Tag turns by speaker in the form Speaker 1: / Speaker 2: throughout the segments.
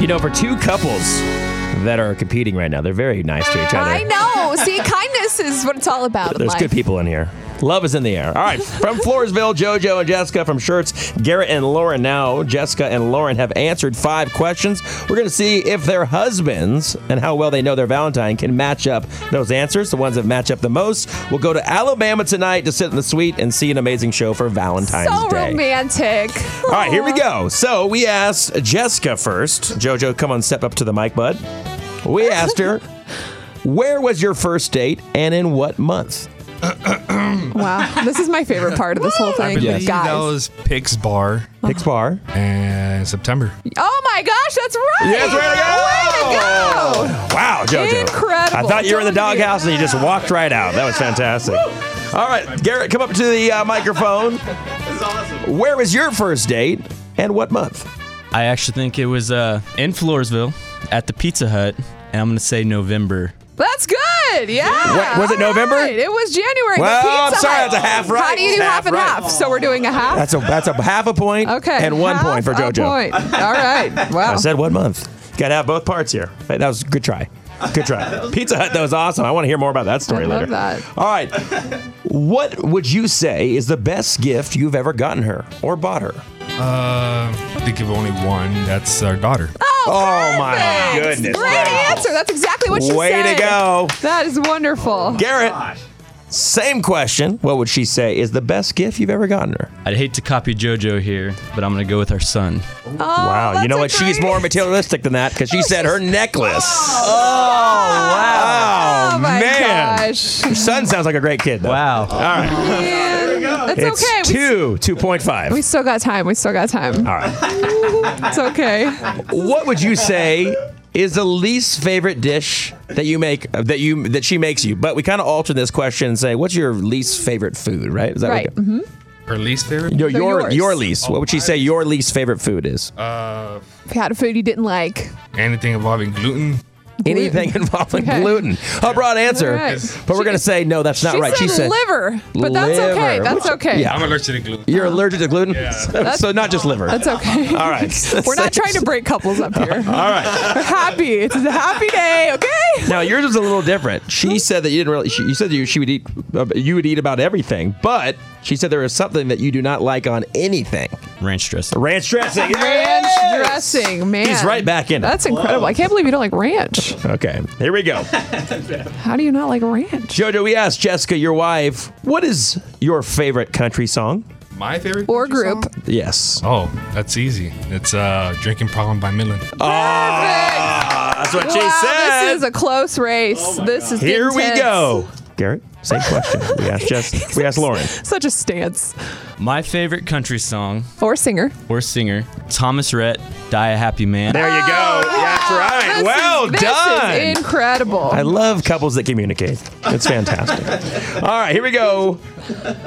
Speaker 1: you know, for two couples that are competing right now, they're very nice to each other.
Speaker 2: I know. See, kindness is what it's all about. in
Speaker 1: There's
Speaker 2: life.
Speaker 1: good people in here. Love is in the air. All right. From Floresville, JoJo and Jessica from Shirts, Garrett and Lauren now. Jessica and Lauren have answered five questions. We're going to see if their husbands and how well they know their Valentine can match up those answers. The ones that match up the most. We'll go to Alabama tonight to sit in the suite and see an amazing show for Valentine's
Speaker 2: So
Speaker 1: Day.
Speaker 2: romantic.
Speaker 1: All right, here we go. So we asked Jessica first. JoJo, come on, step up to the mic, bud. We asked her, where was your first date and in what month?
Speaker 2: Wow, this is my favorite part of this whole
Speaker 3: I
Speaker 2: thing,
Speaker 3: believe
Speaker 2: guys.
Speaker 3: that was Pix Bar
Speaker 1: Pix Bar.
Speaker 3: and September.
Speaker 2: Oh my gosh, that's right.
Speaker 1: Yes, way to go!
Speaker 2: Way to go.
Speaker 1: Wow, JoJo.
Speaker 2: Incredible.
Speaker 1: I thought you were in the
Speaker 2: Don't you-
Speaker 1: doghouse and you just walked right out. That was fantastic. All right, Garrett, come up to the uh, microphone. Where was your first date and what month?
Speaker 4: I actually think it was uh, in Floresville at the Pizza Hut, and I'm gonna say November.
Speaker 2: That's good. Yeah.
Speaker 1: What- was it
Speaker 2: All
Speaker 1: November?
Speaker 2: right. It was January. The
Speaker 1: Well, I'm
Speaker 2: Pizza
Speaker 1: sorry,
Speaker 2: Hut.
Speaker 1: that's a half right.
Speaker 2: How do you do
Speaker 1: Half
Speaker 2: half, and
Speaker 1: right.
Speaker 2: half? So we're doing a half.
Speaker 1: That's a that's a half a point
Speaker 2: okay.
Speaker 1: and one point for
Speaker 2: half
Speaker 1: JoJo.
Speaker 2: a point. All right. Wow.
Speaker 1: I said one month. Got to have both parts here. Hey, that was a good try. Good try. Pizza Hut, that was awesome. I want to hear more about that story
Speaker 2: love
Speaker 1: later.
Speaker 2: that.
Speaker 1: All right. What would you say is the best gift you've ever gotten her or bought her?
Speaker 3: Uh, I think of only one. That's our daughter.
Speaker 1: Oh, my
Speaker 2: Perfect.
Speaker 1: goodness.
Speaker 2: Great
Speaker 1: Wow.
Speaker 2: answer. That's exactly what she
Speaker 1: Way to
Speaker 2: said.
Speaker 1: go.
Speaker 2: That is wonderful.
Speaker 1: Garrett, same question. What would she say is the best gift you've ever gotten her?
Speaker 4: I'd hate to copy JoJo here, but I'm gonna go with our son.
Speaker 2: Oh,
Speaker 1: wow. You
Speaker 2: that's
Speaker 1: know
Speaker 2: a
Speaker 1: what? She's
Speaker 2: great- Oh,
Speaker 1: more materialistic than that because she said her necklace. Oh, wow.
Speaker 2: Oh my
Speaker 1: man.
Speaker 2: gosh.
Speaker 1: Your son sounds like a great kid, though.
Speaker 4: Wow.
Speaker 1: All right.
Speaker 2: It's,
Speaker 1: It's
Speaker 2: okay. We-
Speaker 1: two, 2.5.
Speaker 2: We still got time. We still got time.
Speaker 1: All right.
Speaker 2: It's okay.
Speaker 1: What would you say is the least favorite dish that you make that you that she makes you? But we kind of alter this question and say, what's your least favorite food? Right? Is that
Speaker 2: Right.
Speaker 1: What
Speaker 2: hmm
Speaker 3: Her least favorite?
Speaker 1: your,
Speaker 2: They're
Speaker 1: your
Speaker 2: yours.
Speaker 1: your least? What would she say your least favorite food is?
Speaker 3: Uh,
Speaker 2: If you had a food you didn't like.
Speaker 3: anything involving gluten.
Speaker 1: Anything involving
Speaker 2: Okay.
Speaker 1: gluten. A broad answer,
Speaker 2: All right.
Speaker 1: but we're gonna say no. That's not
Speaker 2: she
Speaker 1: right.
Speaker 2: Said
Speaker 1: she said
Speaker 2: liver, but that's okay.
Speaker 1: Liver.
Speaker 2: That's
Speaker 1: Which-
Speaker 2: okay.
Speaker 1: yeah.
Speaker 3: I'm allergic to gluten.
Speaker 1: you're allergic to gluten, so, so not just liver.
Speaker 2: That's okay.
Speaker 1: All right.
Speaker 2: We're not trying to break couples up here.
Speaker 1: All right.
Speaker 2: We're happy. It's a happy day, okay?
Speaker 1: Now yours was a little different. She said that you didn't really. She, you said you she would eat. Uh, you would eat about everything, but she said there is something that you do not like on anything.
Speaker 4: Ranch dressing.
Speaker 1: Ranch dressing.
Speaker 2: Ranch dressing, man.
Speaker 1: He's right back in it.
Speaker 2: That's incredible. I can't believe you don't like ranch.
Speaker 1: Okay, here we go.
Speaker 2: How do you not like ranch?
Speaker 1: Jojo, we asked Jessica, your wife, what is your favorite country song?
Speaker 3: My favorite?
Speaker 2: Or
Speaker 3: country
Speaker 2: group.
Speaker 3: song?
Speaker 1: Yes.
Speaker 3: Oh, that's easy. It's uh, Drinking Problem by Midland.
Speaker 2: Oh.
Speaker 1: Ah, that's what she
Speaker 2: wow,
Speaker 1: said. Oh
Speaker 2: this is a close race. this is
Speaker 1: here we
Speaker 2: intense.
Speaker 1: go. Garrett, same question. We asked Jess. We asked Lauren.
Speaker 2: Such a stance.
Speaker 4: My favorite country song
Speaker 2: Or singer.
Speaker 4: or singer, Thomas Rhett, "Die a Happy Man."
Speaker 1: There you go. That's right.
Speaker 2: Oh, This is-
Speaker 1: well
Speaker 2: this
Speaker 1: done.
Speaker 2: Is incredible.
Speaker 1: I love couples that communicate. It's fantastic. All right, here we go.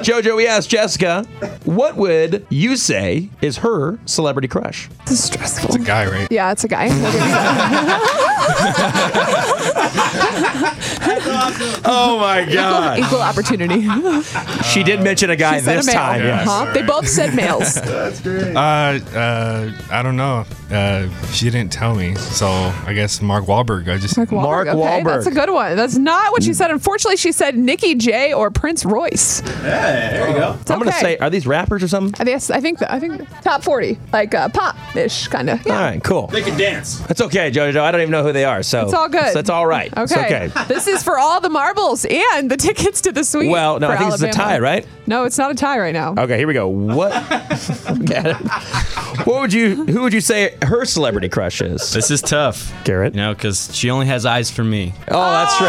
Speaker 1: Jojo, we asked Jessica, what would you say is her celebrity crush?
Speaker 2: this is stressful.
Speaker 3: Guy, right?
Speaker 2: Yeah, it's a guy.
Speaker 1: Oh my God.
Speaker 2: Equal opportunity.
Speaker 1: She did mention a guy
Speaker 2: He said
Speaker 1: this
Speaker 2: a male. Uh-huh.
Speaker 1: time.
Speaker 3: Yeah.
Speaker 1: Yes.
Speaker 2: Huh? They both said males.
Speaker 3: Uh, uh, I don't know. Uh, she didn't tell me, so I guess Mark Wahlberg. I just
Speaker 1: Mark
Speaker 2: okay,
Speaker 1: Wahlberg.
Speaker 2: That's a good one. That's not what she said. Unfortunately, she said Nikki J or Prince Royce. Hey, there you go.
Speaker 1: I'm going to say, are these rappers or something?
Speaker 2: I guess I think the, I think top forty, like uh, pop ish kind of.
Speaker 1: All
Speaker 2: Yeah.
Speaker 1: right, cool.
Speaker 5: They can dance.
Speaker 1: That's okay, Jojo. I don't even know who they are. So
Speaker 2: It's all good.
Speaker 1: So it's all right. It's
Speaker 2: Okay.
Speaker 1: okay.
Speaker 2: This is for all the marbles and the tickets to the suite.
Speaker 1: Well, no,
Speaker 2: for
Speaker 1: I think this is a
Speaker 2: Alabama.
Speaker 1: tie, right?
Speaker 2: No, it's not a tie right now.
Speaker 1: Okay, here we go. What? Got it. what would you? Who would you say her celebrity crush is?
Speaker 4: This is tough,
Speaker 1: Garrett?
Speaker 4: You know, because she only has eyes for me.
Speaker 1: Oh, that's true.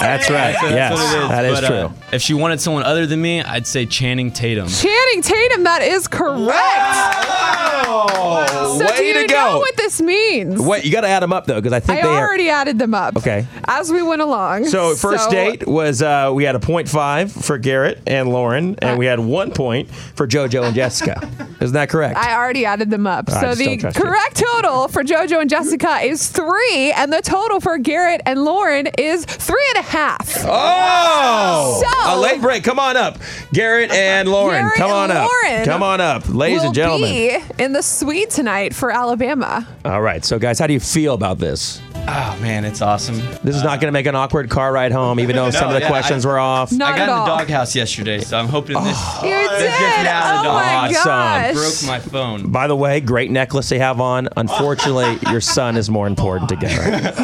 Speaker 1: that's, right. Yes,
Speaker 4: That's what it is.
Speaker 1: that is
Speaker 4: But, uh,
Speaker 1: true.
Speaker 4: if she wanted someone other than me, I'd say Channing Tatum.
Speaker 2: Channing Tatum, that is correct.
Speaker 1: Oh,
Speaker 2: So do you know what this means?
Speaker 1: Wait, you got to add them up though, because I think
Speaker 2: I
Speaker 1: they
Speaker 2: already added them up.
Speaker 1: Okay.
Speaker 2: As we went along.
Speaker 1: are. So first
Speaker 2: So-
Speaker 1: date was uh, we had a point five for Garrett and Lauren, and we had one point for JoJo and Jessica. Isn't that correct?
Speaker 2: I already added them up.
Speaker 1: I
Speaker 2: so
Speaker 1: just
Speaker 2: the
Speaker 1: don't trust you.
Speaker 2: correct total for JoJo and Jessica is three, and the total for Garrett and Lauren is three and a half.
Speaker 1: oh,
Speaker 2: So
Speaker 1: a late break. Come on up, Garrett and Lauren.
Speaker 2: Garrett
Speaker 1: come on
Speaker 2: and
Speaker 1: up.
Speaker 2: Lauren
Speaker 1: come on up, ladies
Speaker 2: will
Speaker 1: and gentlemen.
Speaker 2: be in the suite tonight for Alabama.
Speaker 1: All right, so guys, how do you feel about this?
Speaker 4: Oh man, it's awesome.
Speaker 1: This is not going to make an awkward car ride home, even though some of the
Speaker 4: yeah,
Speaker 1: questions
Speaker 4: I-
Speaker 1: were off.
Speaker 2: Not
Speaker 4: I got
Speaker 2: at
Speaker 4: in the
Speaker 2: all.
Speaker 4: doghouse yesterday, so I'm hoping this
Speaker 1: Oh,
Speaker 2: You did.
Speaker 4: now the
Speaker 2: Oh my
Speaker 4: dog.
Speaker 1: Awesome.
Speaker 2: gosh.
Speaker 4: broke my phone.
Speaker 1: By the way, great necklace they have on. Unfortunately, your son is more important to Garrett.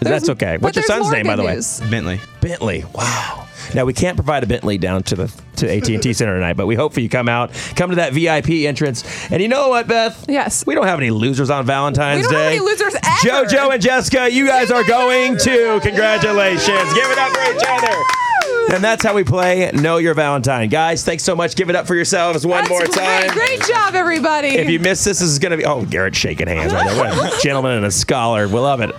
Speaker 1: That's okay.
Speaker 2: But
Speaker 1: What's your
Speaker 2: there's
Speaker 1: son's
Speaker 2: more
Speaker 1: name, by
Speaker 2: good
Speaker 1: the way?
Speaker 2: news.
Speaker 4: Bentley.
Speaker 1: Bentley. Wow. Now we can't provide a Bentley down to the to AT and T Center tonight, but we hope for you come out, come to that VIP entrance, and you know what, Beth?
Speaker 2: Yes.
Speaker 1: We don't have any losers on Valentine's
Speaker 2: We don't have
Speaker 1: Day.
Speaker 2: any losers ever.
Speaker 1: JoJo and Jessica, you guys are going to. Congratulations! Give it up for each other. And that's how we play Know Your Valentine, guys. Thanks so much. Give it up for yourselves one
Speaker 2: That's
Speaker 1: more
Speaker 2: great.
Speaker 1: time.
Speaker 2: Great job, everybody.
Speaker 1: If you missed this, this is going to be oh Garrett shaking hands right there. What a gentleman and a scholar. We love it.